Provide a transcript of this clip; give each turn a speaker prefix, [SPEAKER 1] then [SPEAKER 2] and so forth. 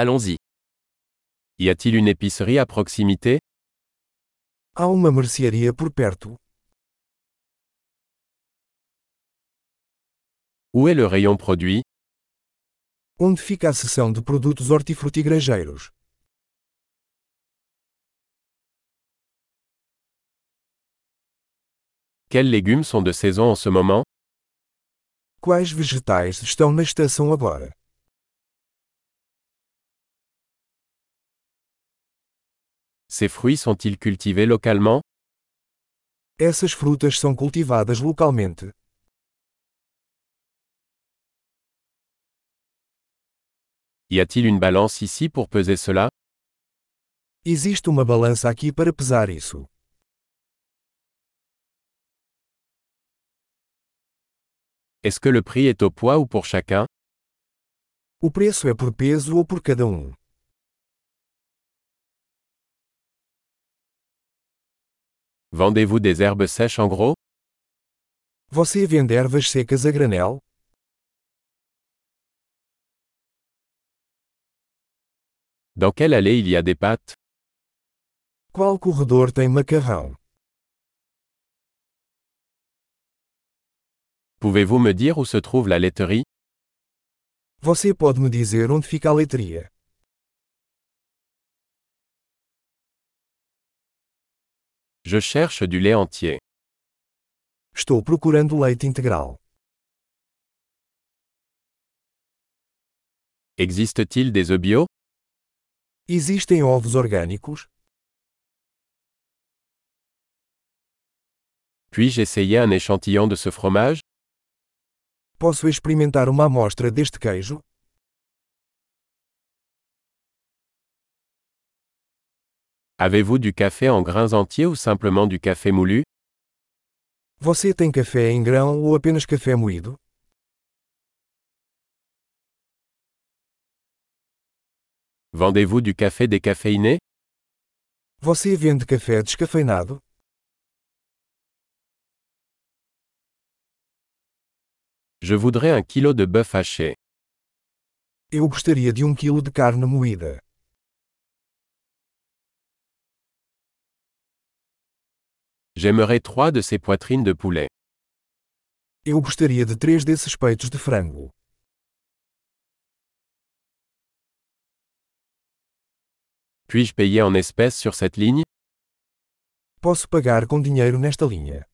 [SPEAKER 1] Allons-y. Y a-t-il une épicerie à proximité
[SPEAKER 2] Há uma mercearia por perto.
[SPEAKER 1] Où est le rayon produit
[SPEAKER 2] Onde fica a seção de produtos hortifrutigranjeiros?
[SPEAKER 1] Quels légumes sont de saison en ce moment
[SPEAKER 2] Quais vegetais estão na estação agora?
[SPEAKER 1] Ces fruits sont-ils cultivés localement
[SPEAKER 2] Essas frutas são cultivadas localmente.
[SPEAKER 1] Y a-t-il une balance ici pour peser cela
[SPEAKER 2] Existe uma balança aqui para pesar isso.
[SPEAKER 1] Est-ce que le prix est au poids ou pour chacun
[SPEAKER 2] O preço é por peso ou por cada um.
[SPEAKER 1] Vendez-vous des herbes sèches en gros
[SPEAKER 2] Você vende ervas secas a granel?
[SPEAKER 1] Dans quelle allée il y a des pâtes
[SPEAKER 2] Qual corredor tem macarrão?
[SPEAKER 1] Pouvez-vous me dire où se trouve la laiterie
[SPEAKER 2] Você pode me dizer onde fica a leitria?
[SPEAKER 1] Je cherche du lait entier.
[SPEAKER 2] Estou procurando leite integral.
[SPEAKER 1] Existe-t-il des œufs bio
[SPEAKER 2] Existem ovos orgânicos?
[SPEAKER 1] Puis-je essayer un échantillon de ce fromage
[SPEAKER 2] Posso experimentar uma amostra deste queijo?
[SPEAKER 1] Avez-vous du café en grains entiers ou simplement du café moulu
[SPEAKER 2] Você tem café em grão ou apenas café moído?
[SPEAKER 1] Vendez-vous du café décaféiné
[SPEAKER 2] Você vende café descafeinado?
[SPEAKER 1] Je voudrais un kilo de bœuf haché.
[SPEAKER 2] Eu gostaria de um quilo de carne moída.
[SPEAKER 1] J'aimerais trois de ces poitrines de poulet.
[SPEAKER 2] Eu gostaria de três desses peitos de frango.
[SPEAKER 1] Puis-je payer en espèces sur cette ligne
[SPEAKER 2] Posso pagar com dinheiro nesta linha.